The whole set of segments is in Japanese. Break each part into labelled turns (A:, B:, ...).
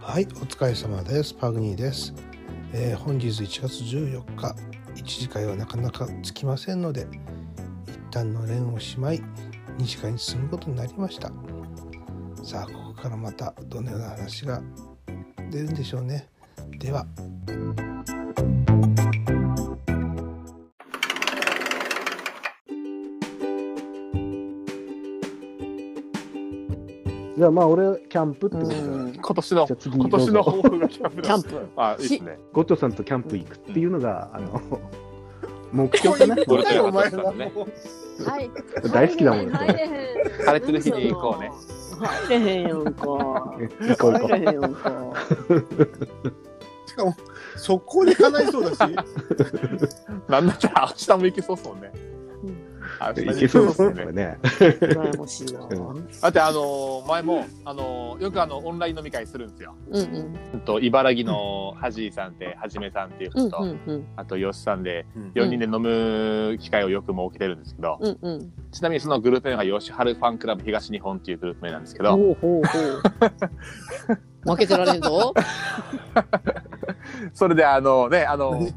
A: はいお疲れ様ですパグニーです、えー本日1月14日一次会はなかなかつきませんので一旦の連をしまい二次会に進むことになりましたさあここからまたどのような話が出るんでしょうねでは
B: じゃあまあ俺キャンプってことで
C: うん今年の
B: じゃあ次
C: 今年の抱負がキャンプ
B: キ
C: だ
B: ャンプ
C: あいいですね
B: ゴッドさんとキャンプ行くっていうのが、あの 目標かな
C: これ
B: 俺
C: お前は
D: はい。
B: 大好きだもん
D: 入れへん。
C: 晴れてる日に行こうね
D: 入れへんやんか。
B: 行こう行こ
D: 入れへんやんか。
E: しかも、そこに行かないそうだ し、
C: なんだったら明日も行けそうっすもんね明
B: う
C: 日
B: 行けそうですねこ
C: 行けそうっ
B: れね
D: 羨ましいわ。うん
C: だってあのー前もあのーよくあのオンライン飲み会するんですよ
D: うん。
C: うんと茨城のはじいさんってはじめさんっていう
D: うん
C: 人
D: う
C: と、
D: んうん。
C: あとよしさんで
E: うん
C: 4人で飲む機会をよく設けてるんですけど、
D: うんうん。
C: ちなみにそのグループ名がよしはるファンクラブ東日本っていうグループ名なんですけど、
D: ほうほうほう。負けてられん ぞ。
C: それであのねあの
E: 何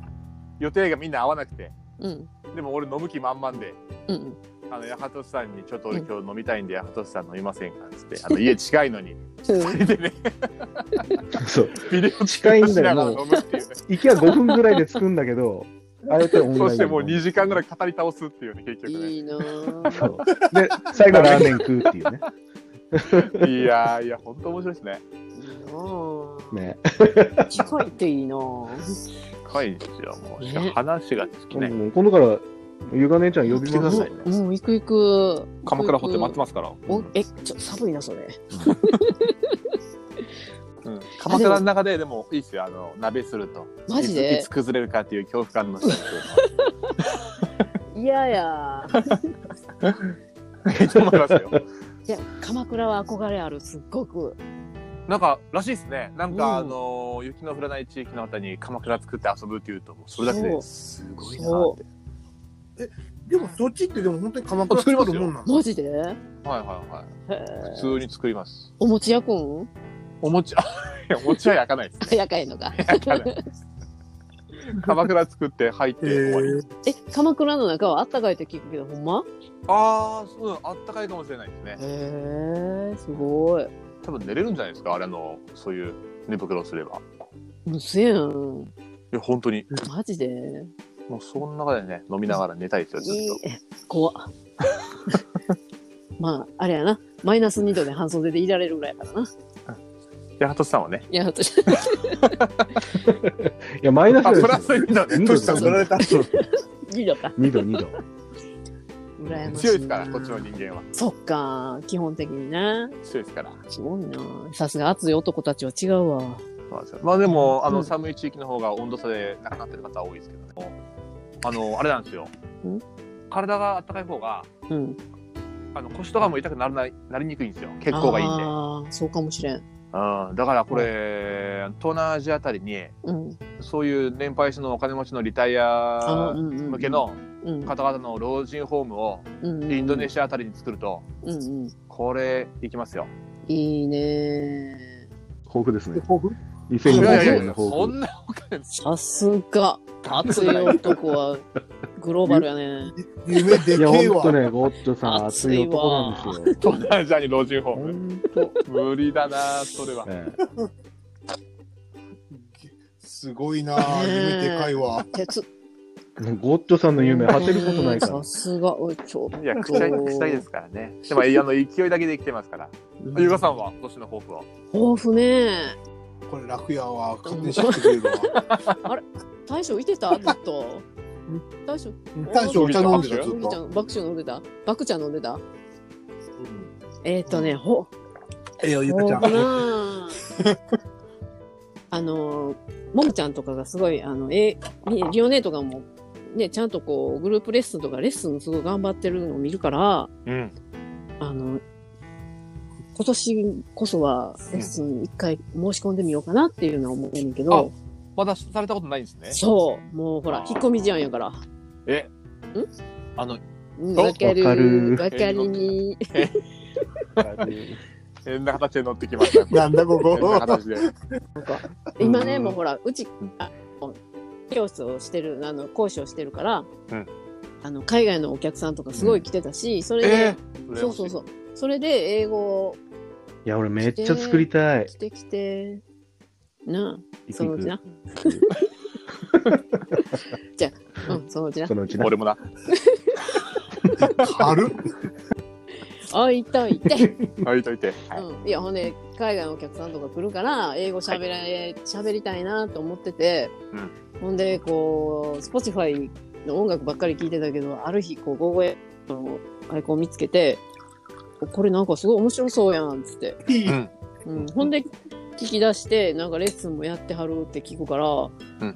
C: 予定がみんな合わなくて
D: うん
C: でも俺飲む気満々で
D: うん
C: あの八幡さんにちょっと俺今日飲みたいんで八幡さん飲みませんかっつってあの家 近いのに
D: うん。
C: でね
B: そう
C: ビデオ
B: 近いんだよ
C: しながら飲むっていうね
B: 行きは5分ぐらいで着くんだけ どあれってオンライン
C: そしてもう2時間ぐらい語り倒すっていうね結局ね
D: いいな
B: そ
D: ぁ。
B: うで最後ラーメン食うっていうね
C: いやーいや本当面白いですね
D: いいなぁ。
B: ね
D: 近いっていいなぁ。
C: 深いんですよもう
D: ね
C: しかも話が尽きない、
B: もう今度からゆが姉ちゃん呼び
C: 来てく
B: ま
C: だ
B: す
C: さ
B: よ
C: いね
D: もう行く行く。
C: 鎌倉ホテル待ってますから、
D: おえ、ちょっと寒いな、それ。
C: うん鎌倉の中ででもいいっすよあの鍋すると
D: マジ
C: いつい
D: で
C: つ崩れるかっていう恐怖感の人
D: いやいや。
C: いいと思いますよ
D: いや、鎌倉は憧れある、すっごく。
C: なんからしいですねなん
D: うん
C: か、あの雪の降らない地域の方に鎌倉作って遊ぶっていうともうそれだけですごいなーって
E: でもそっちってでも本当に鎌倉作るもんなの
D: マジでへ
C: はいはいはい
D: ぇ
C: 普通に作ります
D: お餅焼くん
C: お餅 あいやお餅は焼かない です
D: 焼かへんのか。
C: 焼かない鎌倉作って入って終わり
E: へー
D: え、鎌倉の中はあったかいって聞くけど、ほんま
C: ああうんあったかいかもしれないですね
D: へえ、すごい。
C: 多分寝れるんじゃないですかあれのそういう寝袋をすれば
D: うせやん。
C: いや本当に
D: マジで
C: もうその中でね飲みながら寝たいですよずっ
D: いい。え怖っ まあ、あれやな。マイナス2度で半袖でいられるぐらいやからな。
C: と八幡さんはね
D: いや、私、
B: いやマイナ
C: あ
B: ス
C: プラス2度ね
B: 2
E: トシさん取ら
B: 度
E: れた。
D: 2度か。
B: 2度2度
D: 羨ましいな。
C: 強いですからこっちの人間は
D: そっか、基本的にな。
C: 強いですから
D: すごいな。さすが熱い男たちは違うわ。
C: そうなんですよまあでもあ
D: う
C: の
D: ん
C: 寒い地域の方が温度差で亡くなってる方は多いですけどねあのあれなんですよ
D: ん
C: 体が暖かい方が
D: うん。
C: あの腰とかも痛くならないなりにくいんですよ血行がいいんで
D: ああ、そうかもしれん。
C: うんだからこれ東南アジアあたりに
D: うん。
C: そういう年配者のお金持ちのリタイア向
D: 向
C: けの
D: うん
C: 方々の老人ホームをインドネシアあたりに作ると
D: うんうん、
C: これいきますよ
D: いいね
B: 豊富ですね
E: 抱負
C: い
B: 2020
C: やいや
B: 年の
C: いや
B: 豊
C: そ
B: 富
C: んなお金
D: さすが熱い男はグローバルやね
E: 夢で
B: い
E: け
B: や、
E: え
B: ほん
E: わ
B: と。ね、ゴッドさん、
D: 熱
B: 熱
D: い
B: い
D: 男
B: 男
D: な
B: なんん
D: で
B: ですすよ。
C: 東
D: よ
C: 南アジアに老人ホー
B: ほ
C: ム
B: んと。
C: 無理だなそれは
E: すごいなあ
D: ねえ
E: 夢でかいわ。
D: 鉄
B: ゴッドさんの夢、果てることないか
D: う
B: ら
D: ん。さすがおいちょ
C: いや、くしたい、くしたいですからね。でも、あの、勢いだけで生きてますから。ゆうかさんは、今年の抱負は。
D: 豊富ね
E: これ楽やわ。勝手に知ってくれるわ。
D: 大将いてたずっと大将
E: 大将お茶飲んでた、ずっ
D: 麦ちゃ
E: と。
D: ん爆笑飲んでた爆茶飲んでたえっ、ー、とねほ
E: ええよ、ゆかちゃ
D: 豊
E: ん。
D: 富な あのももちゃんとかがすごいあのえリオネとかもねちゃんとこうグループレッスンとかレッスンすごい頑張ってるのを見るから
C: うん。
D: あの、今年こそはレッスン一回申し込んでみようかなっていうのは思ってるけど、
C: まだされたことないんですね。
D: そう、もうほら
C: あ、ー
D: 引っ込み思案やから。
C: え
D: ん
C: あの、
D: うん
C: お
D: わか
B: わか
D: る
B: る。
D: わかりに。
C: 変な形で乗ってきました。
E: なんだここ
C: 変な形で。
D: なんか今ね
B: うん
D: もうほらうちあ教室をしてるあの講師をしてるから、
C: うん
D: あの海外のお客さんとかすごい来てたし、それ
C: え
D: で、
C: ー
D: そうそうそうそれで英語を
B: いや、俺めっちゃ作りたい。
D: してきてなあそのうちな、うん、そのうちな
B: そのうちな。
C: 俺もな。
E: 軽っ
D: 会いたいって、
C: 置いといて。はい
D: うん、いやほんで海外のお客さんとか来るから英語しゃべられ、喋りたいなと思ってて、ほんでこう Spotify の音楽ばっかり聴いてたけどある日こうゴーゴーのアイコン見つけて「これなんかすごい面白そうやん」っつって、
E: いい
C: うん
D: うん、ほんで聞き出してなんかレッスンもやってはるって聞くからこ
C: うん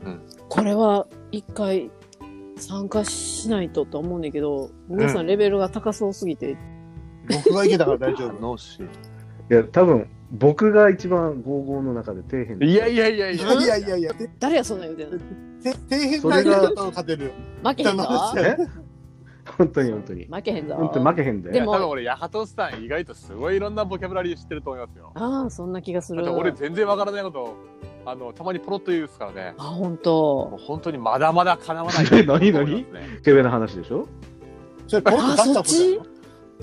C: うん。
D: れは一回参加しないとと思うねんだけど皆さんレベルが高そうすぎて、
E: 僕がいけたから大丈夫
C: 楽し
B: いや、多分、僕が一番ゴーゴーの中で底辺
C: い。
B: で
C: いやいやいやい
E: い
C: や。
E: やいやいやいやて
D: 誰やそんなん言うてんの
E: て底辺会の方を勝てる
D: 負けへんぞ
B: え本当に本当に。
D: 負けへんぞ
B: 本当に負けへん
C: い
D: で
B: で。
C: や
D: も
C: 多分俺、ヤハトスさん意外とすごいいろんなボキャブラリー知ってると思いますよ。
D: ああそんな気がす
C: だっ
D: る
C: て俺全然わからないこと、あの、たまにポロッと言うんですからね。
D: あ本
C: も
D: 当
C: う本当にまだまだ叶わない。
B: え 何何スケベな話でしょ
E: それポロッと出したことやろ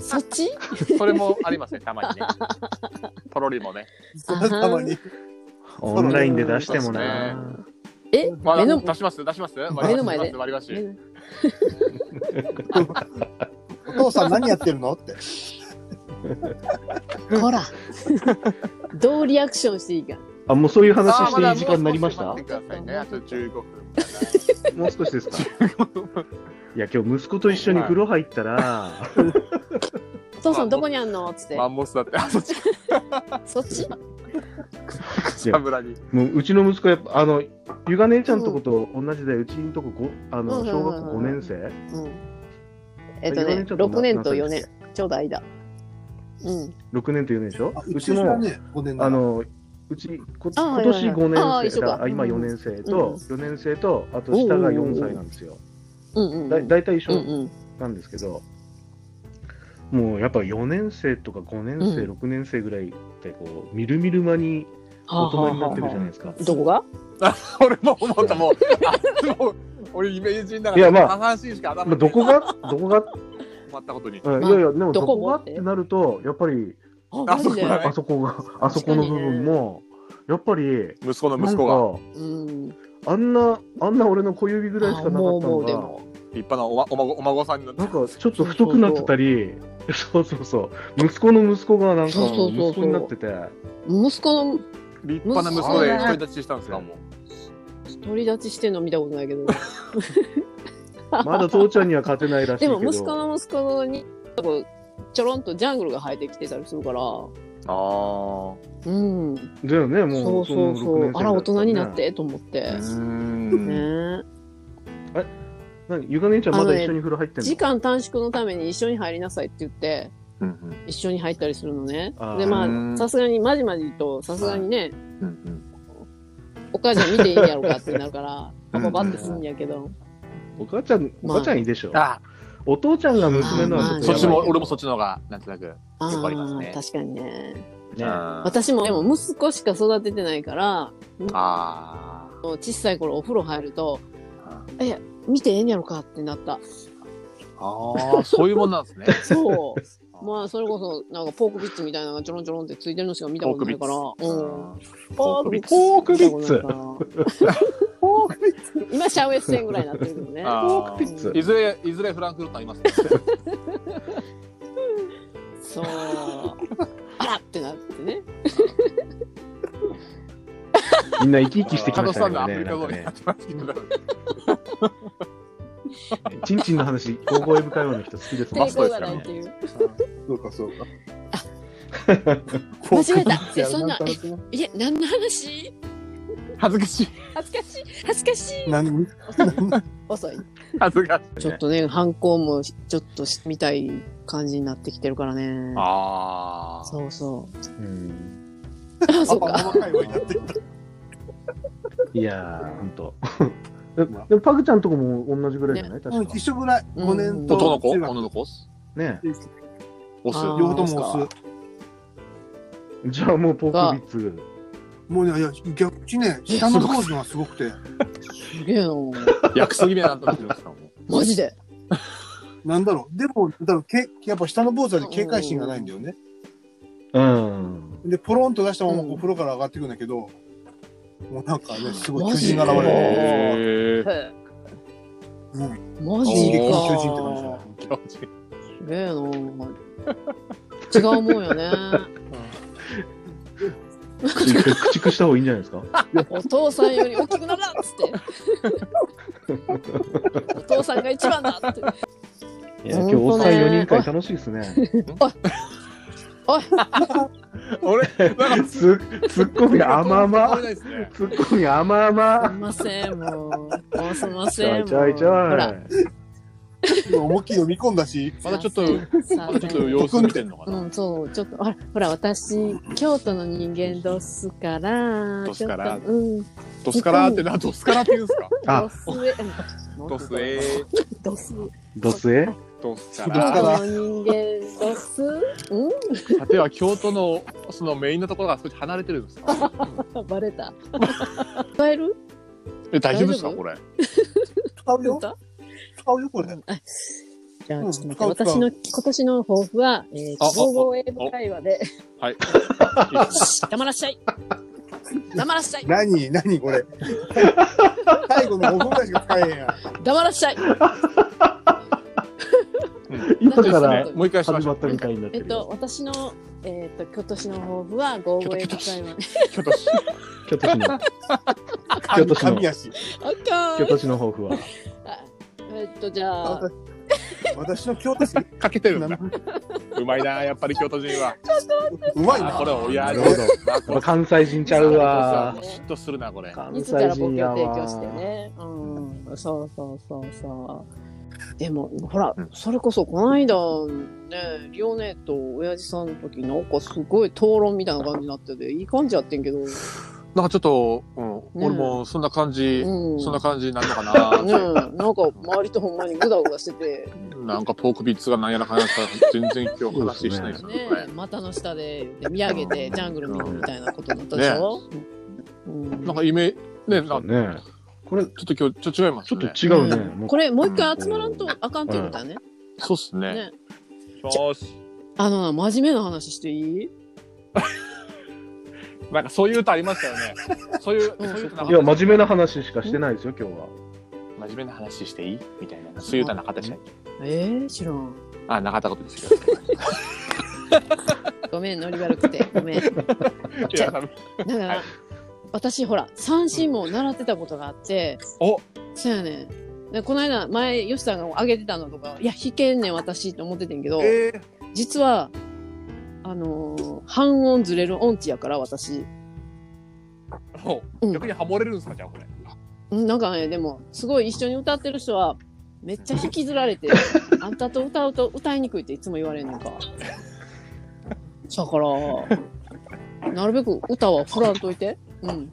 D: そっち
C: それもありますね、たま にね。ポロリもね。
E: それたまに
B: オンラインで出してもな。
D: え
C: まだ
D: 目の
C: 出します出します
D: 目の前で
C: 割り箸
D: 目の
E: お父さん何やってるのって
D: こ らどうリアクションしていいか
B: あ、もうそういう話
C: あー
B: していい時間になり
C: だ
B: ました
C: もう少待ってくださいねあと15分。
B: もう少し ですかいや、今日息子と一緒に風呂入ったら、
D: お父さんどこにあんのつって
C: マンモスだって、あそっち
D: そっち
B: い
C: 草
B: や
C: むらに。
B: もううちの息子やっぱ、あの、ゆが姉ちゃんとこと同じで、うちのとこご、あ
D: う
B: の、
D: んうんうん
B: 小
D: うん
B: 学校5年生
D: うんえっと
B: ゆが姉
D: ね
B: ちゃんと
D: 6年と4
B: 何
D: 年
B: 歳
D: ちょうど間うん
B: 6年と4年でしょ
E: あ
B: う
E: う
B: ち
E: ちも
B: も、
E: ね5年だ
B: あの、うち、こ
D: あー
B: 今
D: はいはい
B: 年
D: はい
B: 5年生
D: あー一緒か
B: だ、あ今4年生と、4年生と、あと下が4歳なんですよ。
D: うんうんうん
B: だ大体一
D: うん
B: 緒
D: うん
B: なんですけど、もうやっぱ4年生とか5年生、
D: うん
B: 6年生ぐらいって、こう、みるみる間に
D: はあ
B: 大人にな
D: は
B: ってるじゃないですか
D: あ。どこが
C: 俺も思っ た、もう。あもう俺、イメージの中
B: い
C: で、
B: やまあ
C: 下半身しか頭
B: まあどこが、どこ が、
C: 止まったことに。
B: うん
D: まあ
B: いやいや、でも
D: ど
B: ど
D: こ
B: こ
D: も
B: が
D: っ
B: っててなると、やっぱり、
D: あ
C: あ
D: マ
C: そ
D: ジ
C: こ
D: で
C: が
B: あそこが、あそこの部分も、やっぱり、
C: 息子の
B: な
C: 息
B: ん
C: 子が、
B: か、
D: うん
B: あんな、あんな俺の小指ぐらいしかなかった
D: あもうも
B: の
D: うで
B: が、
D: も
C: 立派なおまお孫お孫さんになって
B: なんかちょっと太くなってたり、そうそうそう、息子の息子がなんか、
D: そうそうそうそう
B: 息子になってて、
D: 息子の
C: 立派な息子で独り立ちしたんですか、も
D: 独り立ちしてんの見たことないけど
B: まだ父ちゃんには勝てないらしいけ
D: でも息子
B: ど、
D: の息子にこうちょろんとジャングルが生えてきてたりするから、
C: う。
D: うん、
B: だよね、
D: そ
B: も
D: う
B: う、
D: そう
B: の
D: そ
B: 6
D: う、
B: 年生
D: あら大人になっ
B: だ
D: てと思って
C: あ、あ。
D: ね
C: ん。
D: え
B: たらね。何ゆか姉ちゃんまだ一緒に風呂入ってんの
D: 時間短縮のために一緒に入りなさいって言って
C: うん
D: 一緒に入ったりするのね
B: あー
D: でま
C: う
D: あ
C: ん
D: さすがにまじまじとさすがにね、
C: うんうん
D: お母ちゃん見ていいんやろうかってなるからパ
C: うん
D: パパってすんやけど、
B: お母ちゃん、お母ちゃんいいでしょ。
C: あ
B: お父ちゃんが娘のはちょっとやばいけど
C: そっちも、俺もそっちの方が、なんとなく。
D: ああ
C: よくありますね
D: ー確かにね
B: ね
C: あー
D: 私もでも息子しか育ててないから
C: あ
D: もう小さい頃お風呂入ると見てええんやろかってなった
C: ー。ああ、そういうもんなん ですね。
D: そう まあそれこそなんかポークビッツみたいなのがちょろんちょろんってついてるのしか見たことないからうん
C: ポークビッツ
D: ポークビッ
B: ポークビッ
D: ツ
B: ツ
D: 見たことないから今シャウエッセンぐらいになってるけどね
C: あ
B: ポークピッ
D: う
B: ツ
D: ん
C: いずれ、いずれフランクフルトあ りますね。
D: そうあらってなってね
B: みんな生き生きしてき
C: 加
B: ま
C: 藤
B: し
C: さ
B: た
C: んの
B: ね
C: ア
B: ね
C: フリ
B: な
C: カ語
B: んか
C: に
B: ね
C: な。ってますけど
B: ちんちんの話、高校へ向かうの人好きですもん
C: マス
D: 抵
C: ト
D: 抗
C: ですか
D: がな
C: ら
D: い
C: ね
D: っていう
E: そうかそうか
D: 間違えた
E: い
D: え
E: や
D: そんな
E: か楽しい
D: えいや何の話
C: 恥ずかしい。
D: 恥ずかしい恥ずかしい
E: 何
D: 遅い
C: 恥ずかしい。
D: ちょっとね反抗もちょっとしみたい感じになってきてるからね
C: ああ。
D: そうそう
B: うん
D: あそ
E: パ
D: う
E: パ
D: か
E: の会話になってきた
B: いやー、ほんと。 ででも、パグちゃんとこも同じぐらいじゃない確
E: うん
B: か
E: 一緒ぐらい
D: うん
E: 5年と
C: 男の子
E: 中学
C: 女の子
B: ね。
C: オス。
D: あー
E: 両方ともオス
B: じゃあもうポークビッツ。
E: もうね、いや、逆にね、下の方がすごくて、
D: すげえな。
C: 薬草気味だなと思ってましたもん。
D: マジで。
E: なんだろう。でも、だからけやっぱ下の坊主はね警戒心がないんだよね。
B: うん。
E: で、ポロンと出したままお風呂から上がっていくんだけど、もうなんかね、すごい
D: マ
E: 巨
D: ジ
E: 人
D: で
E: が現れる。
C: へー
D: へ
E: うん。
D: えマジ
E: 進撃
D: か。
E: の巨人って感じだね。
D: すげえな。違うもんよ ね。
B: 駆逐した方がいいんじゃないですか
D: お父さんより大きくなるなっつって。お父さんが一番だって。
B: いや、今日おっさん4人会楽しいですね。
C: 俺、なんか、
B: ツッコミ甘々。
C: ですね。
B: ツッコミ甘
D: すい
B: 々。
D: ません、もう。もうすいま
B: ち
D: せん。
B: ょ
D: も
B: いうちょいちょい。
D: ほら。
E: 今思いっきり飲み込んだし、
C: まだちょっと、まだちょっと様子見てんのかな。
D: うん、そう、ちょっと、ほら、ほら、私、京都の人間どすから、
C: どすから
D: ちょっとうん、
C: ドスカラーってな、ドスカラーって言うんですか
B: あ
D: どすえ、
C: ドスエー、
D: どす、
B: ドスエ
C: ドスカ
E: ど
D: 京
E: すか
D: 都
C: ラ
E: ら
D: の人間どす、う
C: ー。さては京都の、そのメインのところが少し離れてるんですか
D: ん、バレた。聞こえる
C: え、大丈夫ですか
D: 大丈夫
C: これ。
E: 使う
D: 聞こ
E: よ
D: え。た
E: 使うよ、これ。
D: じゃあ、ちょっと
E: う
D: 待
E: ん
D: っ
E: 使
D: て、
E: う使う
D: 私の、今年の抱負は、えー、
C: ああ
D: 総合英語会話で、
C: はい。
D: 黙らっしゃい黙らっしゃい
E: 何何これ。最後の5分ぐらいしか使えへんやん。
D: 黙らっしゃい
B: 今から
C: もう一回しま
B: 始
C: しょ
B: ま
C: う
B: っ。たみたいになって
D: えっ
B: るよ。
D: と、私の、えっと、今年の抱負は、合語英語会話。
C: 京都市。
B: 京都市の。京都市の
E: 神。やし。
D: あか
B: 京
D: ん
B: 都市の抱負は。
D: あえっと、じゃあ、
E: 私の京都市、
C: かけてるんだ。うまいな、やっぱり京都人は。
E: うまい
C: あ
E: な。
C: これ、お
B: な
C: や
B: る
C: る
B: ほ
C: ほ
B: ど。
C: ど。
B: やっぱ関西人ちゃうわ。
C: 嫉妬するな、これ。
B: 関
D: 自ら
B: 西
D: ボケ
B: 人
D: を提
B: やわ
D: 供して。ね。うん、そうそうそうそう。でも、ほら
C: うん、
D: それこそこの間、ね、リオネと親父さんの時、なんかすごい討論みたいな感じになってて、いい感じやってんけど。う
C: なんかちょっと、うん、
D: うん
C: 俺もそんな感じ、
D: ん。
C: そんな感じになるのかな、
D: ね、なんか周りとほんまにグダグダしてて、
C: なんかポークビッツがなんやらかんやら全然今日話してないですよ
D: ね
C: これ、
D: 股の下で見上げてジャングル見るみたいなことだったでしょ、うん
C: なんかイメージねなんか
B: ねこれ、ち
C: ちょっと今日ちょっと違います
B: ょっ
C: ね
B: と違うね。もう
D: これもう一回集まらんとあかんって言うんだよね。
C: そうっすね
D: ね
C: よし
D: あのな、真面目な話していい
C: なんかそういう歌ありましたよ ねそういうそういう歌なかっ
B: い
C: た
B: や、真面目な話しかしてないですよ、今日は。
C: 真面目な話していいみたいなそういう歌なかったじゃん
D: えー、知らん。
C: あなかったことですけど
D: ごめん、ノリ悪くて。ごめん。だか
C: いや多分
D: ら、
C: はい
D: 私、ほら、三振も習ってたことがあって、
C: お
D: そうやねん。でこの間、前、ヨシさんが上げてたのとか、いや、弾けんねん、私、と思っててんけど、
C: えー、
D: 実は、あのー半音ずれる音痴やから、私。
C: も
D: うん
C: う逆にハモれるんですかじゃあこれ
D: うんなんかね、でも、すごい一緒に歌ってる人は、めっちゃ引きずられ て、あんたと歌うと歌いにくいっていつも言われるのか。だから、なるべく歌は振らんといて。うん。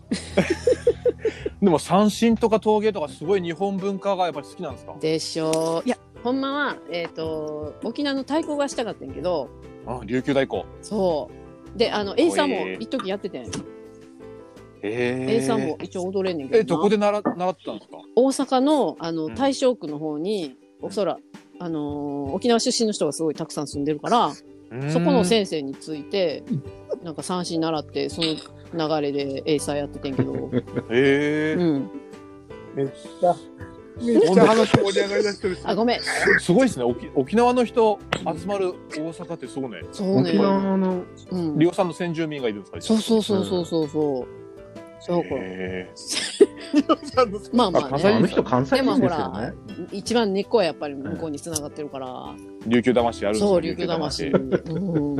C: でも三振とか陶芸とかすごい日本文化がやっぱり好きなんですか
D: でしょう。いや、ほんまは、えっ、と、沖縄の太鼓がしたかったんやけど、
C: あ琉球大鼓
D: そう。で、あの、エイさんも一時やっててん。
C: え
D: エイさんも一応踊れんねんけどな。
C: えどこで習習ってたんですか
D: 大阪のあの
C: うん
D: 大正区の方に、おそらあのー沖縄出身の人がすごいたくさん住んでるから、そこの
C: い
D: 先生についてなんか三振習ってその流れでエイサーやっててんけど、
C: えー
D: うん、
E: めっちゃ、めっちゃ話盛り上がりだしてるし。
D: あごめん
C: すごいですね沖沖縄の人集まる大阪ってそうね
D: そうね
B: 沖、縄の、
D: うん
C: リ、オさんの先住民がいるんですか
D: そうそうそうそうそうそうそうか
C: へ
D: まあま
C: あ
D: あ
C: 関
B: あ
C: 西
B: の
D: ね
B: 人関西
D: でも
B: 人
D: ほ
B: ですよ
D: ら
B: ね。
D: 一番根っこはやっぱり向こうに繋がってるから、
C: ー琉球魂あるんですか
D: そう琉球魂、うん、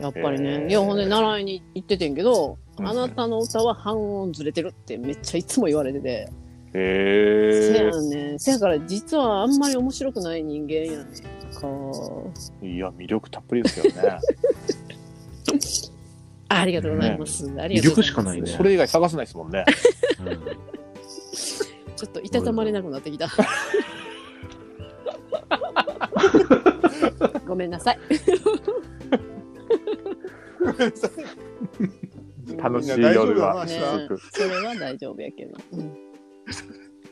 D: やっぱりね、いやほんで習いに行っててんけどあなたの歌は半音ずれてるってめっちゃいつも言われてて。せ
C: へ
D: やね。せやから実はあんまり面白くない人間やねんか。
C: えいや魅力たっぷりですよね
D: ありがとうございます。ありがと
B: 魅
D: うございます。
B: 力しかないね
C: それ以外探せないですもんね
D: ちょっといたたまれなくなってきた。ごめんなさい。
C: 楽しい
A: みんな大丈夫
C: 夜
A: だ
C: は
A: な
D: ね
A: 明日
C: 続く。
D: それは大丈夫やけど。うん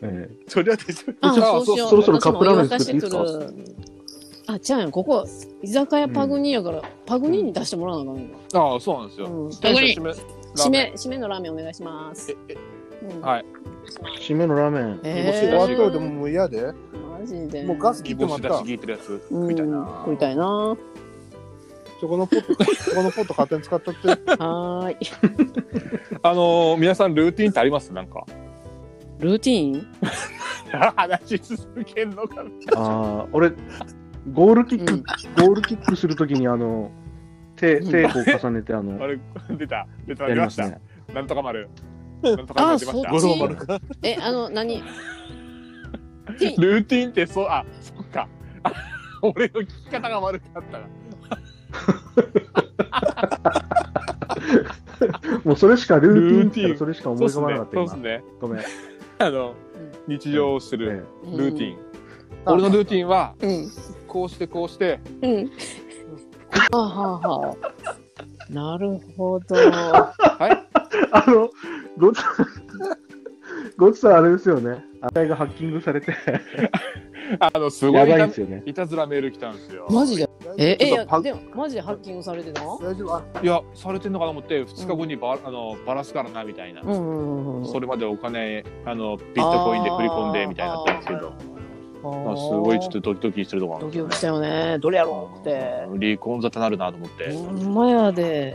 B: え
A: それは大丈
D: あ、そうしよう。
B: そろそろカップラーメン
D: 私もお湯
B: 作って
D: 沸かしてくるあ、ちゃうやん。ここ、居酒屋パグニーやから、パグニーに出してもらわなあかんの
C: ああ、そうなんですよ。
D: うん
C: 店主締めラー
D: 締
C: メン
D: め、締めのラーメンお願いします。うん
C: はい
B: え締めのラーメン。
A: 夫
D: え
A: 煮干し終
D: ー
A: わったよでももう嫌で
D: マジで。
E: もうガス
C: 煮
E: 切って
C: 干
E: ま
C: し
E: し
C: だ
E: た
C: し。聞いてるやつ
D: うん
C: 食いたいな。
D: 食いたいな。は
A: そこのポットそこのポット勝手に使っとって
D: ーい。
C: あのー、皆さんルーティンってありますなんか。
D: ルーティーン
C: 話し続けんのかな。
B: ああ、俺、ゴールキック、
D: うん
B: ゴールキックするときに、あの、手、手をこう重ねて、あの、
C: あれ、 出た。出た。
B: や
C: 出
B: り
C: ま
B: ま
C: し
B: す
C: た。
B: ね。
C: なんとか丸。なんとか丸出ました。
D: あそっち
C: 五郎丸
B: か。
D: え、あの、何ティーン
C: ルーティンってそう、あ、そっか。 あ俺の聞き方が悪かったな。
B: もうそれしかルーティン
C: ルーティン
B: からそれしか思
C: そ
B: いう
C: っ
B: 浮
C: す
B: かばなかっ。た、今
C: ねそうっす。ね。
B: ごめん。え
C: あの、日常をしてる
B: え
C: ルーティ
D: ン。
C: ン。俺のルーティンは、
D: うん。
C: こうしてこうして、
D: うん。はあはあはあ。なるほど。
C: はい。
B: あの、ごつ、ごつさんあれですよね。値がハッキングされて、
C: あの、すご
B: や
C: いい
B: ばい
C: た
B: んですよね。
C: いたずらメール来たんですよ。
D: マジでえ、え、い
C: ちょ
D: や
C: っとパ、
D: でも、マジでハッキングされてたう
E: 大丈夫あ
C: いや、されてんのかなと思って、2日後にば、あの、ばらすからなみたいな。
D: んうんうんうん。
C: それまでお金、あの、ビットコインで振り込んでみたいなったんですけど。
D: あ
C: あ
D: ー
C: すごいちょっとドキドキするとこなん
D: ド
C: で
D: キ
C: すよ
D: ド
C: ね
D: キしたよね。どれやろうって。
C: うん離婚沙汰なるなと思って、
D: ほんまやで。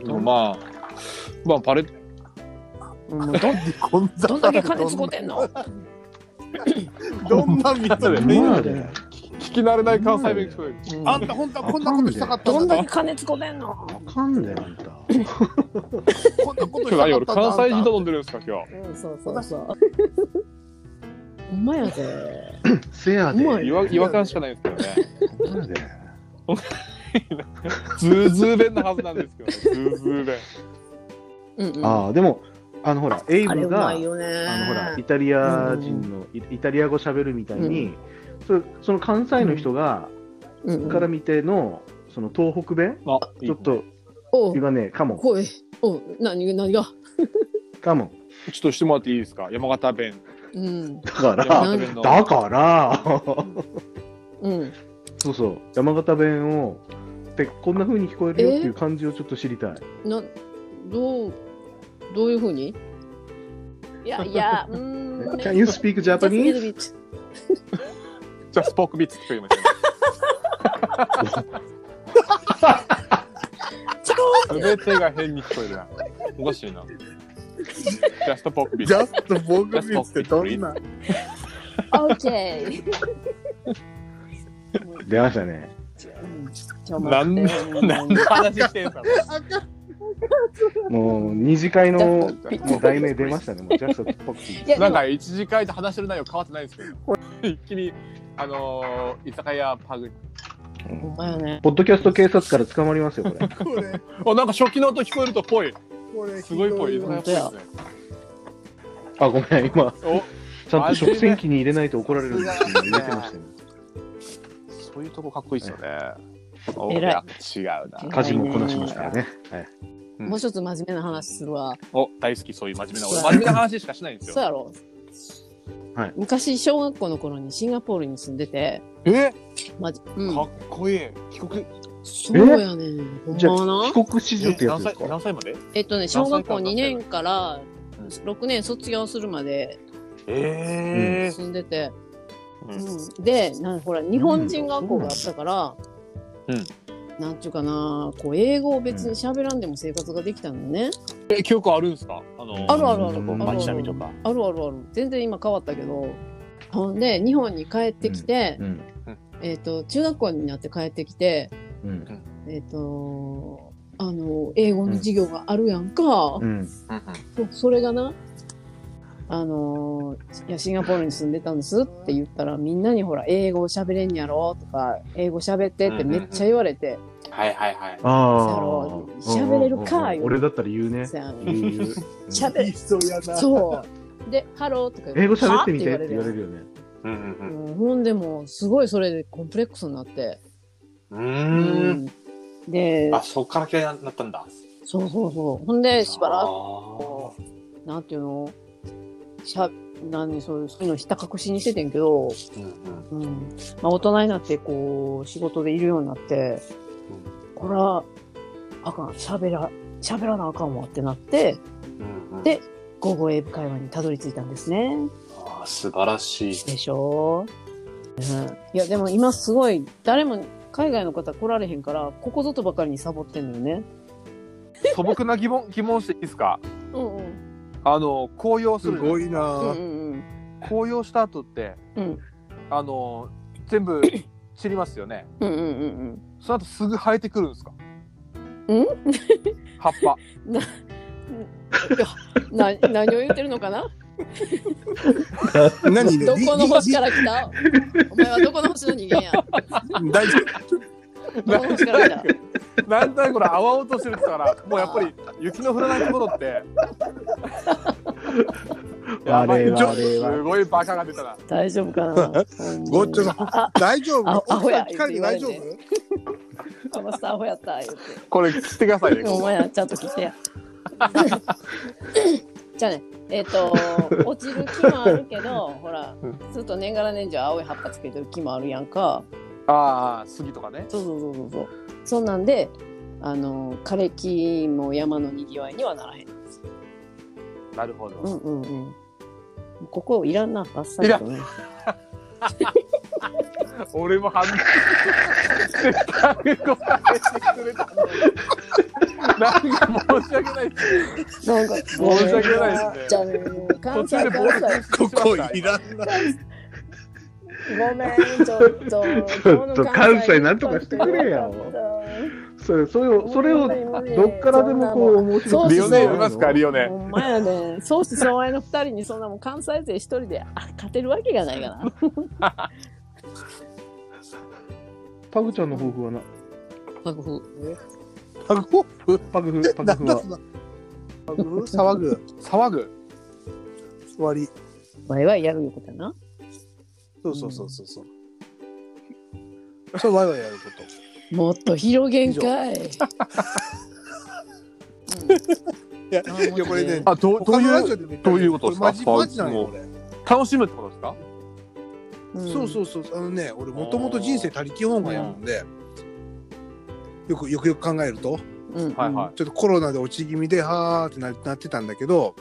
C: うんでもまあまあパレ
D: もうど
E: こんな
D: どんだけ金使ってん の
E: どんな見た
C: う
E: 目
C: ん
B: 今まで、
C: 聞き慣れない関西弁聞こえる
E: あんた本当はこんなことしたかった
D: どん
E: んだ
D: だけ金使ってんの
B: わかんねえ、あんた。
E: こんなことした
C: 今日
E: か
C: 夜
E: った
C: 関西人
E: と
C: と飲んでるんですか今
D: うん、そうそうそう。 ほんまやで。
B: せやで。
D: うま
C: 日
D: い
C: 違和違和感しかないんですけどね
B: ほんまやで
C: ズーズー弁のはずなんですけどねズーズー弁
D: うんうん、
B: ああ、でも、あの、ほら、エイ
D: あれ
B: ブ
D: う
B: が、
D: まいよね。
B: あのほらイタリア人の、イイタリア語喋るみたいに、そその関西の人が、
D: うんうん
B: から見てのその東北弁
C: あ
B: ちょっと
D: おう
B: 言わねえかも
D: ほい。おう何が何が。
B: かも
C: ちょっとしてもらっていいですか山形弁
D: うん。
B: だか
C: 山
B: ら
C: 形弁の
B: だから
D: うん。
B: そうそう山形弁をってこんな風に聞こえるよっていう感じをちょっと知りたい、
D: な、どう、どういうふうにいや、いや、うーん。
B: Can you speak Japanese?
D: Just a little bit.
C: じゃあスポークビッツって言いました
D: ちょ
C: 全てが変に聞こえるなおかしいなジャストポークビッ
E: ジ
C: ツ
E: ャストボーグビーツってどんな
D: OK!
B: 出ましたね
D: ちょ
C: なん
D: 待って
C: 何の話してんすか
B: もう二次会のも
D: Just a-
B: う題名出ましたねもうジャストっぽく
D: い
C: な
D: や、で
C: ん
D: も
C: か一次会と話してる内容変わってないですけど一気にあのー居酒屋パグ
D: ほんまやね。
B: ポッドキャスト警察から捕まりますよ これ
E: これ
C: あなんか初期の音聞こえるとぽい
E: これ
C: すごいぽい居酒屋っぽいですね
B: あごめん今
C: お
B: ちゃんと食洗機に入れないと怒られるんですけど入れてましたね
C: そういうとこかっこいいですよね。お
D: 偉い
C: や違うな。
B: 家事もこなしますからね。はい、
D: もう一つ真面目な話するわ。
C: お大好きそういう真面目な俺真面目な話しかしないんです
D: そう
C: よ。
D: やろ、
B: はい
D: 昔小学校の頃にシンガポールに住んでて、
C: え
D: まじ、うん
C: かっこいい。帰国
D: そうやねんほん
B: じゃ
D: ま
B: あ
D: な
B: 帰国子女ってや
C: 何
B: つです
C: 歳
B: か。
C: 何歳まで？
D: えっとね小学校2年から
C: 何歳
D: 6年卒業するまで
C: え
D: 住んでて、
C: う
D: うん
C: ん
D: でなんほら日本人学校があったから、
C: うん
D: なんちゅうかなこう英語を別に喋らんでも生活ができたのね、
C: え記憶あるんですか？あの
D: あるあるある
C: こう
D: ある
C: 街並みとか。
D: あるあるある全然今変わったけどほんで日本に帰ってきて、
B: うん
D: えっと中学校になって帰ってきて、
B: うん
D: えっ、とあの英語の授業があるやんか、
B: うん
D: そそれがなあのいやシンガポールに住んでたんですって言ったらみんなにほら英語喋れんやろとか英語喋ってってめっちゃ言われて、
C: はいはいはい。
B: ああ。
D: そうやろ喋れる
B: うん
D: か
B: うんうん俺だったら言うね。
D: そうやん
B: 言う言う
D: 喋
E: いい人やな
D: そうで「ハロー」とか
B: 英語喋ってみて
D: は
B: っ
D: ってて
B: 言
D: 言
B: われ
D: われる
B: るよね。
C: うん
D: やんうんほんでもうすごいそれでコンプレックスになって、
C: うんうん。うーん。
D: で
C: あそっから嫌いになったんだ。
D: そうそうそう。ほんで、しばら
B: あ
D: く、なんていうのしゃ、何、そういう、そういうのひた隠しにしててんけど、
B: ーうん
D: うん。まあ、大人になって、こう、仕事でいるようになって、これは、あかん、喋ら、喋らなあかんわってなって、
B: うんうん
D: で午後英会話にたどり着いたんですね。
B: あー素晴らしい。
D: でしょう、うん、いや、でも今すごい、誰も海外の方来られへんから、ここぞとばかりにサボってんのよね。
C: 素朴な疑問、疑問していいですか
D: うんうん。
C: あの、紅葉す
E: す
C: るじゃない
E: ごいな
D: うんう
E: ぁ。
D: ん
C: 紅葉した後って、
D: うん。うん
C: あの、全部散りますよね。
D: うんうんうん
C: その後すぐ生えてくるんですか
D: ん
C: 葉っ ぱ。
D: うん。な、何を言ってるのかな
E: 何ね
D: どこの星
E: り
D: から来たお前はどこの星の人間 や。ど
E: り大丈
D: この星から来た。
C: なんとなくこれ、泡落としてるって言ったから、もうやっぱり雪の降らないところって。やばいな
E: 我々
C: すごいバカが出たな。
D: 大丈夫かな
E: ごっちょさん
D: あ、
E: 夫大丈
D: あ
E: 夫
D: アホや
E: 奥さん聞かれて大丈
D: 言
E: 夫
D: トマスターアホやった。言うて
C: これ、切ってくださいね。
D: お前らちゃんと聞いてや。 じゃあね、えっ、と、落ちる木もあるけど、ほら、ずっと年がら年中青い葉っぱつけてる木もあるやんか。
C: ああ、杉とかね。
D: そうそうそうそうそう。そんなんで、あの、枯れ木も山のにぎわいにはならへん。
C: なるほど。
D: うんうんうん。ここいらんな、バッサリとね。
C: 俺も反応せっかく答えてくれたのになんか申し訳ないです
D: なんか、申
C: 申し訳ないです
D: じゃあ
C: ね
D: ね、もう
C: 途
D: 関西
C: 中で暴
D: 関
C: 力
D: 西。
C: してしまった
E: らんな。
D: ごめん、ちょっと。
B: ちょっと関西なんとかしてくれやそれそれをそれをどっからでもこう面白
D: そう
B: く
C: リオネ
D: そう
C: ーいますかリオネ
D: ほんまやね。相思相愛の二人にそんなもん関西勢一人であ勝てるわけがないか な。
B: パグちゃんの抱負はな
D: 幕府。
E: パグフ
B: パグフパグ
E: な
B: フ
E: んだ
B: は
E: そのパグフ騒ぐ
C: 騒ぐ
E: 終わり。
D: ワイワイやるいうことやな。
E: そうそうそうそうそう。それワイワイやること。
D: もっと広げんかい。
E: いや、
D: あ
E: いやこれね、
C: あどうどう
E: 他のラ
C: い
E: ジオ
C: う
E: でも言った
C: ど
E: け
C: ういうことですか
E: れマジマジなのよ、
C: そう
E: 俺。
C: 楽しむってことですか
E: そうそうそう。あのね、俺もともと人生他力本願やもんで、よくよくよく考えると、
D: うん。うん
C: はいは
E: ちょっとコロナで落ち気味で、はーってななってたんだけど、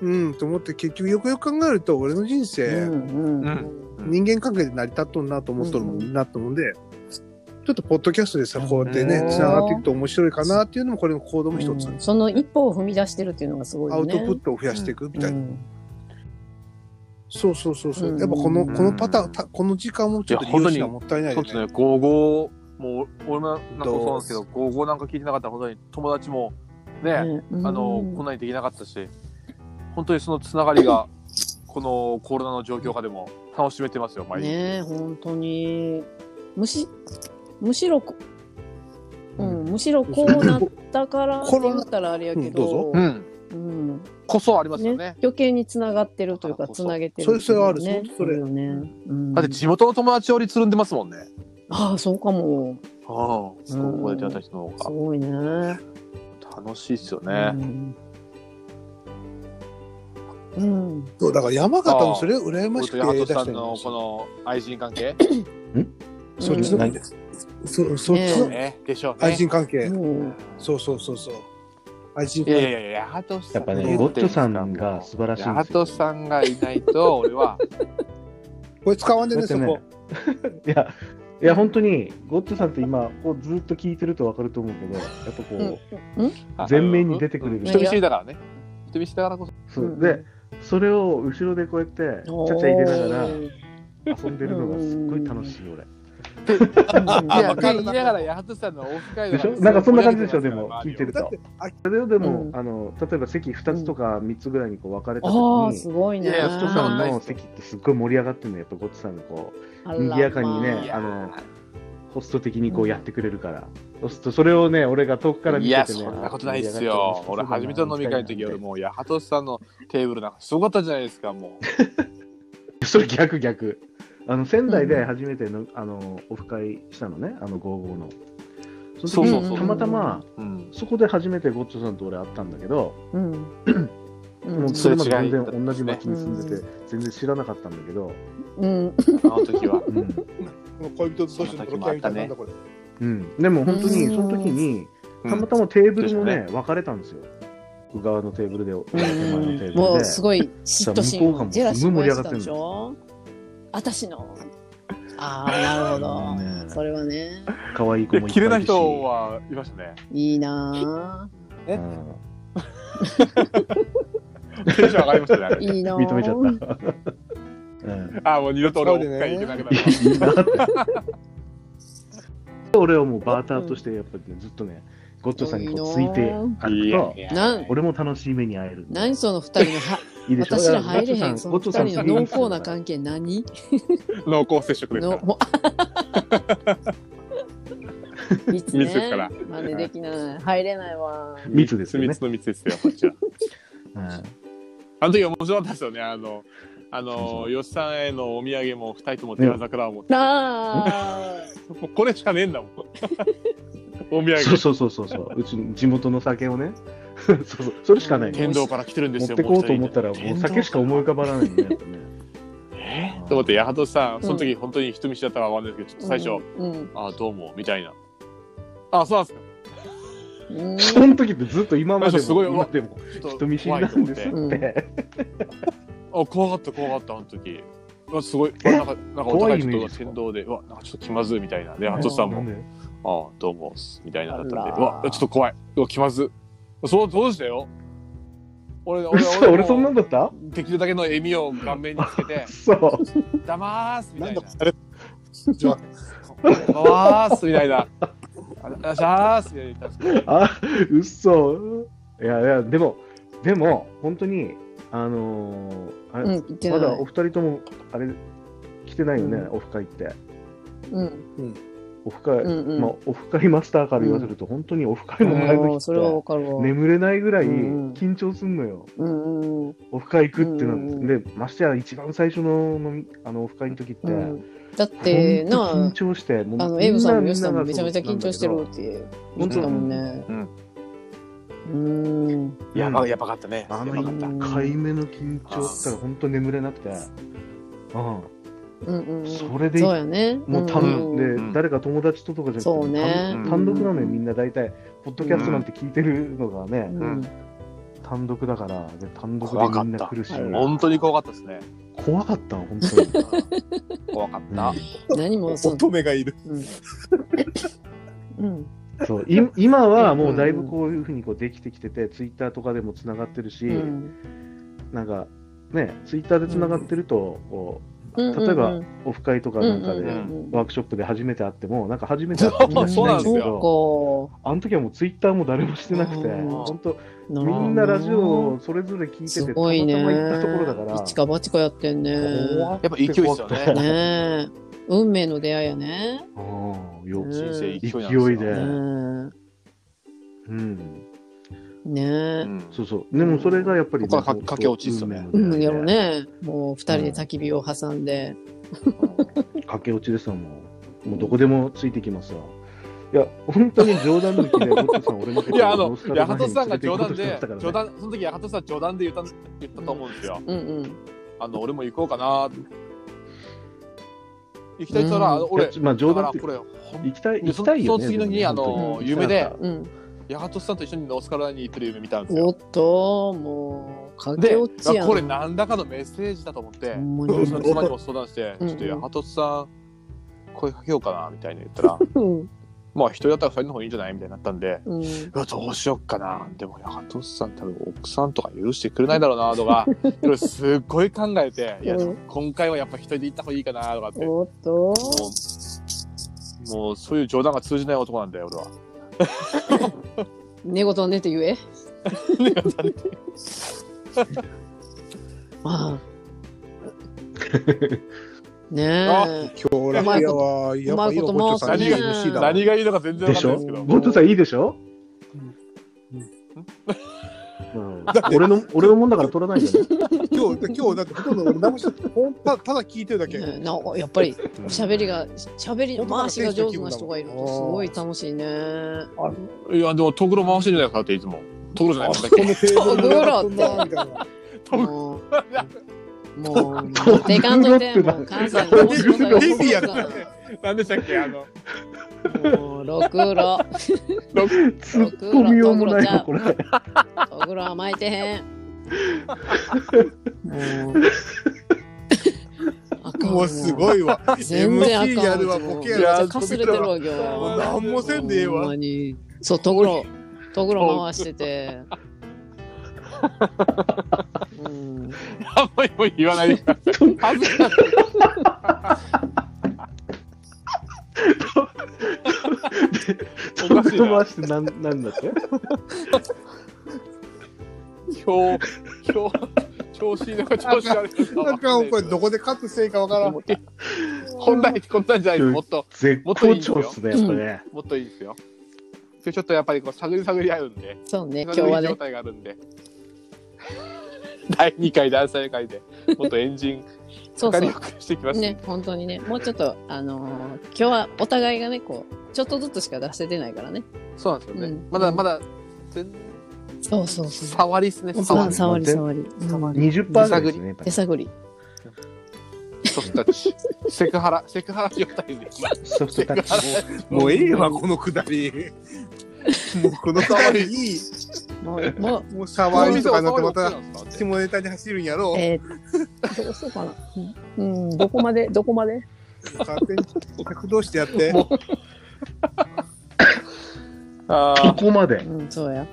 E: うん、と思って結局よくよく考えると、俺の人
D: い
E: 生、
D: うんうん
E: 人間関係で成り立っとんなと思っとるも
D: うん
E: んなと思うんで、ちょっとポッドキャストでさ、こうやって
C: う
E: ね
C: ん、
E: つながっていくと面白いかなっていうのも、これの行動も一つ、
D: うんその一歩を踏み出してるっていうのがすごい
E: ア
D: よ
E: ウ
D: ね。
E: トプットを増やしていくみたいな。
D: うん
E: そうそうそうそう。
D: うん
E: やっぱこの、
D: うん
E: このパターンた、この時間もちょっと利用しなもったいない
C: そ
E: よ
C: うですね
E: ね。
C: 55もう俺もなんかそうなんですけど55なんか聞いてなかったら本当に友達もねあ
D: ねうん
C: のこんなにできなかったし本当にそのつながりがこのコロナの状況下でも楽しめてますよ毎日
D: ねえ本当にむしむしろこうん、むしろこうなっ たからって言ったらあれやけ
E: コ
D: ど
C: うん
D: うん
C: こそありますよね
D: ね余計につながってるというか
C: あそうそ
D: つ
C: う
D: なげてる
E: それそれはある
D: ね
E: それ
D: うよね、うん、
C: だって地元の友達よりつるんでますもんね。
D: ああそうかも
C: ああ、そこで出会った人の
D: す
C: 方
D: ごいね
C: が楽しいっすよ
D: う
C: ね。
D: ん、うん、
E: そう、だから山形もそれ羨ま
C: 俺
E: しく
C: と
E: て
C: ヤハトさ
E: ん
C: んの
E: よ
C: この愛人関係。
E: そっちの
D: ない
B: で
E: そそっ
D: ね
E: ちの
C: ね、でしょう
E: 愛
C: ね。
E: 人関係。
D: も
E: そうそうそうそう。愛人
C: い
E: 関
C: やい
E: 係。
C: やいや、ヤハトさん。
B: やっぱねゴッチョさんが素晴らしいんですよ
C: ヤハトさんがいないと、俺は。
E: これ使わんでね、
B: だって
E: そこ。
B: いやいや本当にゴッツさんって今こうずっと聞いてるとわかると思うけどやっぱこう、前面に出てくれる
C: うん人見知りだからね。人見知りだからこそ。
B: そう
D: うん
B: でそれを後ろでこうやってち
D: う
B: ゃちゃ入れながら遊んでるのがすっごい楽しい俺
D: うん
C: い
E: あ
C: や、
E: わ
C: って
E: か
C: 言
E: る
C: いながら、ヤハトさんのオフ会
B: でしょなんかそんな感じでしょでも聞いてる
E: だっ
B: と
E: て、あ
B: それをでも、
D: うん
B: あの例えば席2つとか3つぐらいにこう分かれた時
D: ああ
B: に
D: すごいね
C: いや
B: ゴッツさん
C: いや
B: の席ってすっごい盛り上がってるのよやっぱゴッツさんがこう
D: あら
B: 賑やかにね
D: まあ
C: いや
B: あのホスト的にこうやってくれるから、そうするとそれをね俺が遠くから見
C: い
B: ててね
C: や、そんなことないっすよ。俺、初めての飲み会の時、俺もう、ヤハトさんのテーブルなんかすごかったじゃないですか、も う。
B: それ逆逆。あの仙台で初めての、あのオフ会したのね、あの55の。その時
D: そうそうそう
B: たまたま、
C: うん。
B: そこで初めてゴッチョさんと俺会ったんだけど、
D: うん。
B: もう
C: それ違い
B: 今全然同じ町に住んでて
D: う、
B: 全然知らなかったんだけど、
D: うん。
C: あの時は。
E: 恋人同士のロケみたいななんだこれ。
B: うんでも本当にその時に、
C: うん
B: たまたまテーブルも
C: う
B: ね、分かれたんですよ。奥側のテーブルで、手前のテーブルで。
D: もうすごい嫉妬
B: 向こうが
D: 心、
B: もう
D: ジェラシー燃やしてたんでしょ私の。ああ、なるほど。それはね、
B: 可愛い子
C: で
B: もいっぱいいるし。
C: 綺麗な人はいましたね。
D: いいな
B: う
C: え
B: ん
C: テンション上がりましたねあ
D: あ
C: れ。
D: いいなあ
B: 認めちゃった。うん
C: あーもう二度と俺おっかい行けなくなる。
B: いいなって。俺はもうバーターとして、やっぱりねずっとね、ゴッチョさんにこうついて
C: い
B: 歩く
C: や
B: と
C: い、や
D: なん
B: 俺も楽しい目に会える。
D: 何その二人のはい
B: いでしょ
D: 私ら入れへんそ
B: ゴ
D: の
B: ッチョさ
D: 二
B: ん
D: 人の濃厚な関係何
C: 濃厚接触ですか
D: の
C: ら。
D: も う密ね
C: 密ですから
D: 真似できない入れないわ
B: 密ですよね
C: 密の密ですよ、こっちは。
B: うん
C: あの時面白かったですよね。あの、あの
B: そ、
C: 吉さんへのお土産も二人とも寺桜を持って、
D: あ
C: もうこれしかねえんだ もん。お土
B: そう
C: 産。
B: そうそうそうそう、うち地元の酒をね、 そうそう、それしかない。
C: 天童から来てるんで
B: 持
C: す
B: っ
C: よ。
B: てこうと思ったら、
C: もう
B: も
C: 二
B: う
C: 人
B: 酒しか思い浮かばないんだよね。
C: えーと思って、八幡さん、その時本当に人見知りだったかわかんないですけど、ちょっと最初、
D: うんうん
C: ああ、どうも、みたいな。あ、そうなんですか。
D: うん
B: その時ってずっと今まで
C: 最初すご
B: も
C: い
B: 今でも
C: ちょっと
B: 人見知り
C: 怖い
B: な
C: と思
B: んで
C: っ
B: す
C: て
B: っ。 て。
C: あ、怖かった、怖かった、あの時。うわすごい、うわなんか、なんかお
B: 怖い
C: 互
B: イ
C: い
B: メ
C: ち
B: ージで
C: ょっと
B: すか
C: 天童で、うわ、なんかちょっと気まずいみたいな。で、ハトさん
B: な
C: も、
B: で
C: ああ、どうもっす、みたいなだったんで、
D: あら
C: うわ、ちょっと怖い、うわ、気まずい。そう、どうしたよ俺、俺、
B: 嘘俺そんなんだった、
C: できるだけの笑みを顔面につけて
B: そう。
C: だまーすみたいな。
E: な
C: だまーすみたいな。あらしゃーすみたいな言ったんですけど。
B: あ、嘘。いやいや、でも、でも、本当に、あのー、あ
D: う
B: れ、
D: ん言ってな
B: ま
D: い
B: だお二人とも、あれ、来てないよね
D: う、
B: オフ会って。
D: うん
B: オフ会
D: う、んうん
B: まあ、オフ会マスターから言わせると、本当にオフ会の前
D: う
B: の日
D: んそれはわ
B: っ
D: かるわ
B: て、眠れないぐらい
D: うん
B: 緊張すんのよ。
D: うんうん
B: オフ会行くってな
D: うんん
B: で、でましてや一番最初の飲みあのオフ会の時って、
D: うんだってな
B: ほんと
D: あ
B: 緊張して、も
D: あの
B: み
D: エイブさんも
B: み
D: ヨシさんもめちゃめちゃ
B: そう
D: 緊張してるって言ってたもんね
C: うん
D: うん
B: いやば
C: やばかったね
B: あの
D: やばかった
B: 1回目の緊張したら本当眠れなくて、う、
D: うんうんうんん
B: それで
D: そうやね
B: もう単、
D: ん
B: で、
C: うん
B: 誰か友達ととかじゃなくて
D: そうね
B: 単単独なのよ
D: うん
B: みんな大体ポッドキャストなんて聞いてるのがね、
D: うんうん
B: 単独だからで単独で
C: 怖か
B: み
C: った
B: んな来るし
D: はい
C: 本当に怖かったですね。
B: 怖かったの本当に
C: 怖かった。
D: 何もその
E: 乙女がいる。
D: うんうん
B: そうい 今はもうだいぶこういうふうにこうできてきてて、ツイッターとかでもつながってるし、
D: うん
B: なんかねツイッターでつながってると、こう
D: うん
B: 例えば
D: うん
B: オフ会とかなんかで、
D: うんうん
B: ワークショップで初めて会ってもなんか初めて会った気がし
C: そう
B: ない
C: な
B: で
C: んんですす
B: け
C: よ
B: ど
D: そ
B: あの時はもうツイッターも誰もしてなくて、
D: あー
B: 本当、
D: うか
B: みんなラジオをそれぞれ聞いて
D: す
B: て、
D: ごいね。
B: たまたま行ったところだから、
D: 一か八かやってんね。
B: 怖
D: ね
B: っ
C: やっぱ勢いですよね。
D: え。運命の出会いやね。
B: うんよ
D: うん
C: 人生勢いなん
B: 勢い
C: です
B: で
C: よ。
D: ね
B: うん、
D: え。ね
C: うん
B: そうそう、でもそれがやっぱり、
C: ここはか駆け落ちっすよね
D: え。うん、やろう。ね。もう二人で焚き火を挟んで。
B: 駆け落ちですよ、もう。もうどこでもついてきますわ。いや、本当に冗談 抜きで、ゴッチさん、俺のこと
C: いや、あ
B: ノ
C: の
B: ースカ、ル
C: 八
B: マヘ
C: 幡
B: に
C: さ
B: 連
C: んが
B: れて行
C: 冗
B: こうと
C: 談
B: してま
C: で
B: したから、ね
C: 冗談、その時八幡さん冗談で言った言ったと思うんですよ。
D: うんうん。
C: あの、俺も行こうかなーって。行きたいって言ったら、
D: うん
C: 俺、
B: い
C: だ
B: やまあ冗談
C: か
B: っ
C: ら
B: ていう
C: こ
B: か
C: れ、ほん
B: 行きたい、行
C: で
B: きたいよね。
C: そのその次の日
B: でもね
C: あの
B: 本当に
C: 夢で
B: 行きたかっ
D: うん。
C: 八幡さんと一緒にノースカロライナに行ってる夢見たんです
D: お
C: よ
D: っ。と、もう、駆
C: で、
D: け落ちや
C: あ
D: ん。
C: これ何らかのメッセージだと思って、
D: ほんま
C: う
D: に
C: ちの妻にも相談して、
D: うん
C: ちょっと八幡さん、声かけようかなみたいな言ったら、
D: うん
C: まあ一人だったら二人の方がいいんじゃないみたいになったんで、
D: うん。
C: うわどうしよっかな、でも八幡さん、多分奥さんとか許してくれないだろうなとか、 いろいろすっごい考えて、いや
D: うん、
C: 今回はやっぱ一人で行った方がいいかなとかって、も
D: おっと。
C: う、もうそういう冗談が通じない男なんだよ、俺は。
D: 寝言を寝て言え。まあ。ね
E: 今日楽やわ。やっぱいいお父さんいい MC だわ。
C: 何がいいのか全然
B: で
C: わか
B: し
C: んな
B: ょ
C: いですけど。
B: ゴットさんいいでしょ、
E: うん
B: うんうん
E: だって
B: 俺の、俺のもんだから取らないじゃ ない。
E: 今日、今日、だってほとんど俺何もしてないほんたただ聞いてるだけ。
D: うんなんかやっぱりおしゃべりがしゃべりの回しが上手な人がいる
E: あ
D: と
E: ー
D: すごい楽しいね。
C: いや、でも、トグロ回してるじゃないかって、いつも。トグロじゃないかっ
E: この程度の
D: あ
E: こんなみたいな
D: もうもう持っていかんといてもう関西の面白さがすごいから
C: け。なんでしたっけ、あ の。
D: もうろくろ
B: ツッコミようもないな、これ。
D: とぐろ甘えてへん。もうあかんわ
E: もうすごいわ。
D: 全然あかん
E: MC やるわ、ボケやる
D: めっち
E: わ
D: ゃかすれてるわけよ。
E: もう何もせんでええ
D: ほん
E: わ
D: ま。に。そう、トグロ、トグロ回してて。
C: あ
D: うん、
C: んまりもう言わないでください。恥ずかしい。おかしいな
B: 回してなん、なんだって
C: 今日、今日、調子いいのか調子悪いのか。
E: なんかこれどこでカットせいかわからん。
C: こんなに、こんなんじゃないですもっと、
B: 絶好調っすね、やっぱね。
C: もっといいですよ。今日ちょっとやっぱりこう探り探り合うんで、
D: そうね、今
C: 探
D: 日は
C: り
D: ね
C: 状。態があるんで。第2回、第3回で、もっとエンジン、
D: そう
C: か
D: そ
C: りよくしていきま
D: う。
C: す。
D: ね、本当にね、もうちょっと、あのー今日はお互いがね、こう、ちょっとずつしか出せてないからね。
C: そうなんですよね。
D: うん
C: まだまだ、全
D: そうそうそう。
C: 触りですね。触
D: 触
C: り
D: り、
B: ね
D: 触り、触り。触り
B: 20%ぐらいですね、やっぱ
D: 手
B: り。
D: 探り。
C: ソフトタッチ。セクハラ、セクハラ状態で。
B: ソフトタッチ。
E: もうええわ、このくだり。もうこのくだ りいい。
D: もう、もう、
E: もうシャワーインとかになってまた
C: た
E: 下ネタに走るんやろ
D: えー、どうしようかな。うん、うんどこま で、どこまで。
E: う。勝手に 躍動してやって。
C: も あ
B: こ
C: あ、
B: こまで。
D: うん、そうや。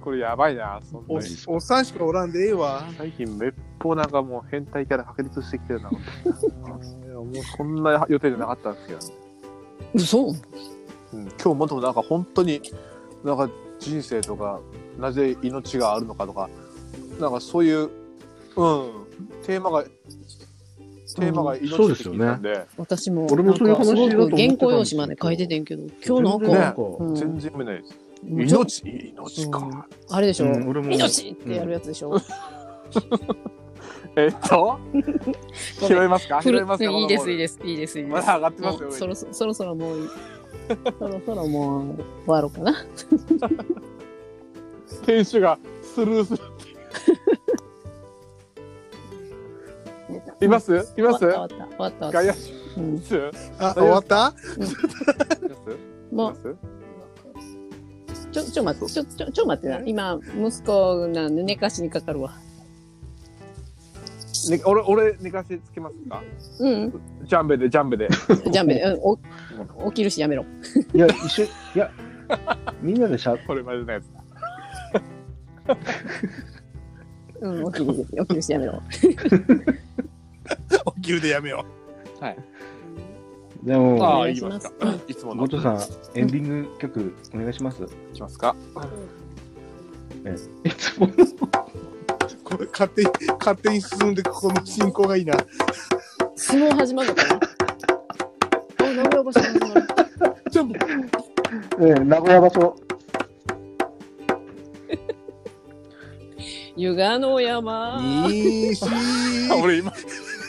C: これやばいな。そん
E: お
C: なに
E: おっさんしかおらんでええわ。
C: 最近、めっぽうなんかもう変態キャラ確立してきてるな。も
E: も
C: うそんな予定じゃなかったんですけど。
D: 嘘。
C: うん、今日もっとなんか本当に、なんか人生とか、なぜ命があるのかとか、なんかそういう、うん、テーマが、テーマが命
B: そうで
C: って
B: すよ
C: 聞
B: ね
C: いたんで、
D: 私も、
B: 俺もそういう話だと思ってたんですけど
D: なんかすごく原稿用紙まで書いててんけど、今日なん
B: 全然
D: か、
B: なんか
D: うん
C: 全然読めないです。
D: うんちょ
C: 命、命
D: う
C: か。
D: あれでしょ、
B: うん俺も
D: 命ってやるやつでしょ、
C: えっと、
D: ごめん
C: 拾いますか拾
D: 古
C: いますか
D: いいです、いい
C: で
D: です、いいです、いいで。
C: ますだ上がってま
D: も
C: すよ上
D: う
C: に
D: そろそそろそろもういい、そろそろもう終わろうかな。
C: 店主がスルーする。いますいます
D: 終わった、終わった、終
C: 外
D: わっ
C: 野
D: た。うん、
C: 手
E: あ、終 わった
D: も、
C: いうます
D: ちょ、ちょ待って、ちょ、ちょ、ちょ待ってな。今、息子が寝かしにかかるわ。
C: ね、俺、俺、寝かせつけますか
D: うん、
C: ジャンベで、ジャンベで。
D: ジャンベ、うん、お起きるしやめろ。
B: いや、一緒、いや、 みんなでしゃ、
C: これまでのやつ。
D: うん、起きる、起きるしやめろ。
E: お給でやめよ
B: でも、
C: ああ、
D: お願い
C: いき
D: しま
C: ますすか。いつも
B: ゴ
C: の。
B: トさん、エンディング曲お願いします。
C: いきますか。
B: いつも
E: う。これ勝手に、勝手に進んで、この進行がいいな。
D: 相撲始まる のかなあ、名古屋場所始まる。
B: ええ、名古屋場所。
D: 湯河の山。
E: にーし
C: あ
E: ー。
C: 俺今、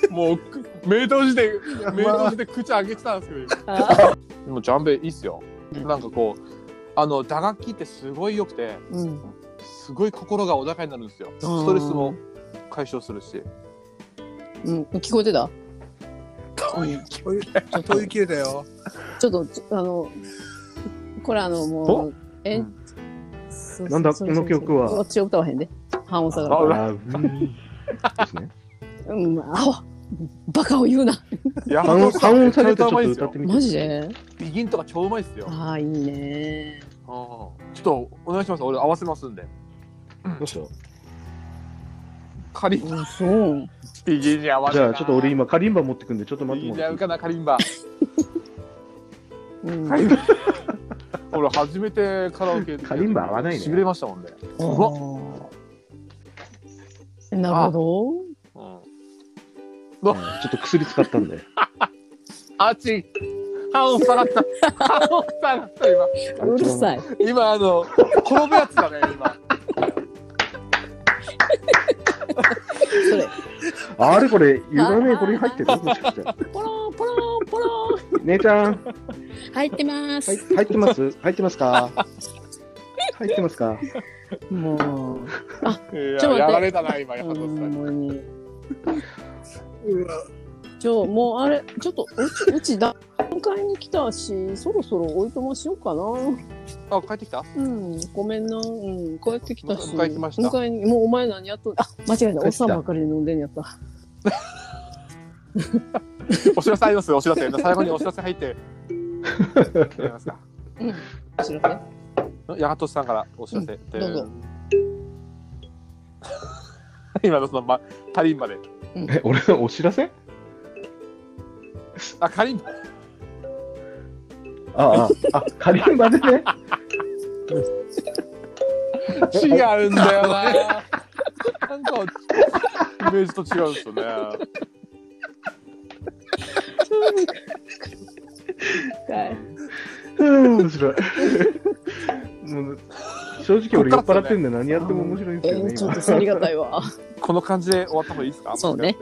C: もう、く目閉じ て、目閉じて口開けてたんですけど今、
D: あ
C: でもジャンベいいっすよ。
D: うん
C: なんかこう、あの、打楽器ってすごい良くて、
D: うん。
C: すごい心がお腹になるんですよ。ストレスも解消するし。
D: うん、聞こえてた
E: お湯
D: ちょっと
E: お、湯切れたよ。
D: ちょっと、ちょあの、これあの、もう、え、
C: うん
D: そう
B: なんだ
D: そう
B: この曲は
D: そうそう私は歌わへんで。半音下が
C: あ
D: る。
C: ら
B: あ、うん。ですね。
D: うん、アホバカを言うな。
C: いや、
B: 半音、半音下げてちょっと
C: い
B: 歌ってみて。
D: マジで
C: ビギンとか超うまいっすよ。うん
D: ああ、いいね。
C: ちょっと、お願いします。俺合わせますんで。
B: どうした
C: カリン
D: うん、そう。
C: ビギンに合わせ
B: じ
C: た
B: ゃあ、ちょっと俺今、カリンバ持ってくんで、ちょっと待って
C: いい
B: も
C: んじゃ
B: らっ
C: う
B: てい
C: か
B: い
C: な、カリンバ。
D: うん、
C: カリンバ俺、初めてカラオケで
B: カリンバ合わないね
C: しびれましたもんね。
D: あ
C: うわ
D: ーなるほ
C: うん。
B: うんちょっと薬使ったんで。
C: あちい。半音下が った。半音下がった、今。
D: ど。うるさい。
C: 今、あの、転ぶやつだね、今。
D: それ。
B: あれこれ、ゆらねえこれに入ってるもし かして。
D: ポロン、ポロン、ポロン。
B: 姉ちゃん、
D: 入ってま
B: はい
D: す。
B: 入ってます入ってます か入ってますか
D: もう、
C: い
D: ちょっと待って
C: ややられたな、今、や
D: ほ
C: はとさん。
D: んまに。
E: うわ
D: ちょ、もうあれ、ちょっと、うち、うち、段階に来たし、そろそろおいとましようかな。
C: あ、帰ってきた
D: うん、ごめんな。うん、帰ってきたし。
C: 迎え来ました
D: 迎えに、もうお前何やっとんあ、間違えた。おっさんばっかりで飲んでんやった。
C: お知らせありますお知らせ。最後にお知らせ入って。やりますか
D: うん。お知ら
C: ヤハトさんからお知らせ。
D: せ。どうぞ。
C: 今のその、ま、カリンバで。
B: え、俺のお知らせ
C: あ、カリンバ。
B: ああ、あ、カリンバでね。
C: 違うんだよ な。なんか、イメージと違うんですよね。
D: はい。
B: うん、面白い。もう正直俺酔っ払ってんで何やっても面白いん
D: え
B: ですよね、
D: ー、ちょっと
B: 今。
D: それがたいわ。
C: この感じで終わった方がいいですか
D: そうね。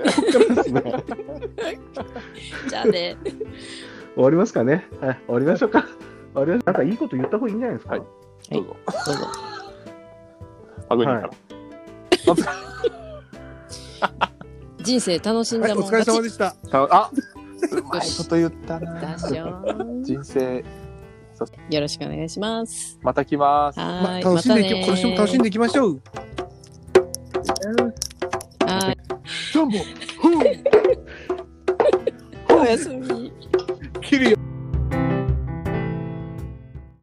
D: じゃあね。
B: 終わりますかね。はい、終わりましょうか。終わりましょうなんかいいこと言った方がいいんじゃないですか。
C: はいどうぞ。
D: どうぞ。
C: あ、グリーンから。
D: 人生楽しん
E: はい、
D: だ
E: お
D: もん
E: 疲れ
D: 勝
E: 様
D: ち。
E: でした。
C: あ、うまいこと言った
D: だ
C: な。
D: っしょ
C: 人生、
D: よろしくお願いします。
C: また来ます。
E: ま
D: は
E: あ、
D: い。
E: 楽しんでいき、
D: またね
E: 今年も楽しんでいきましょう。
D: はい。
E: ジャンボ、ふう
D: おやすみ。
E: 切るよ。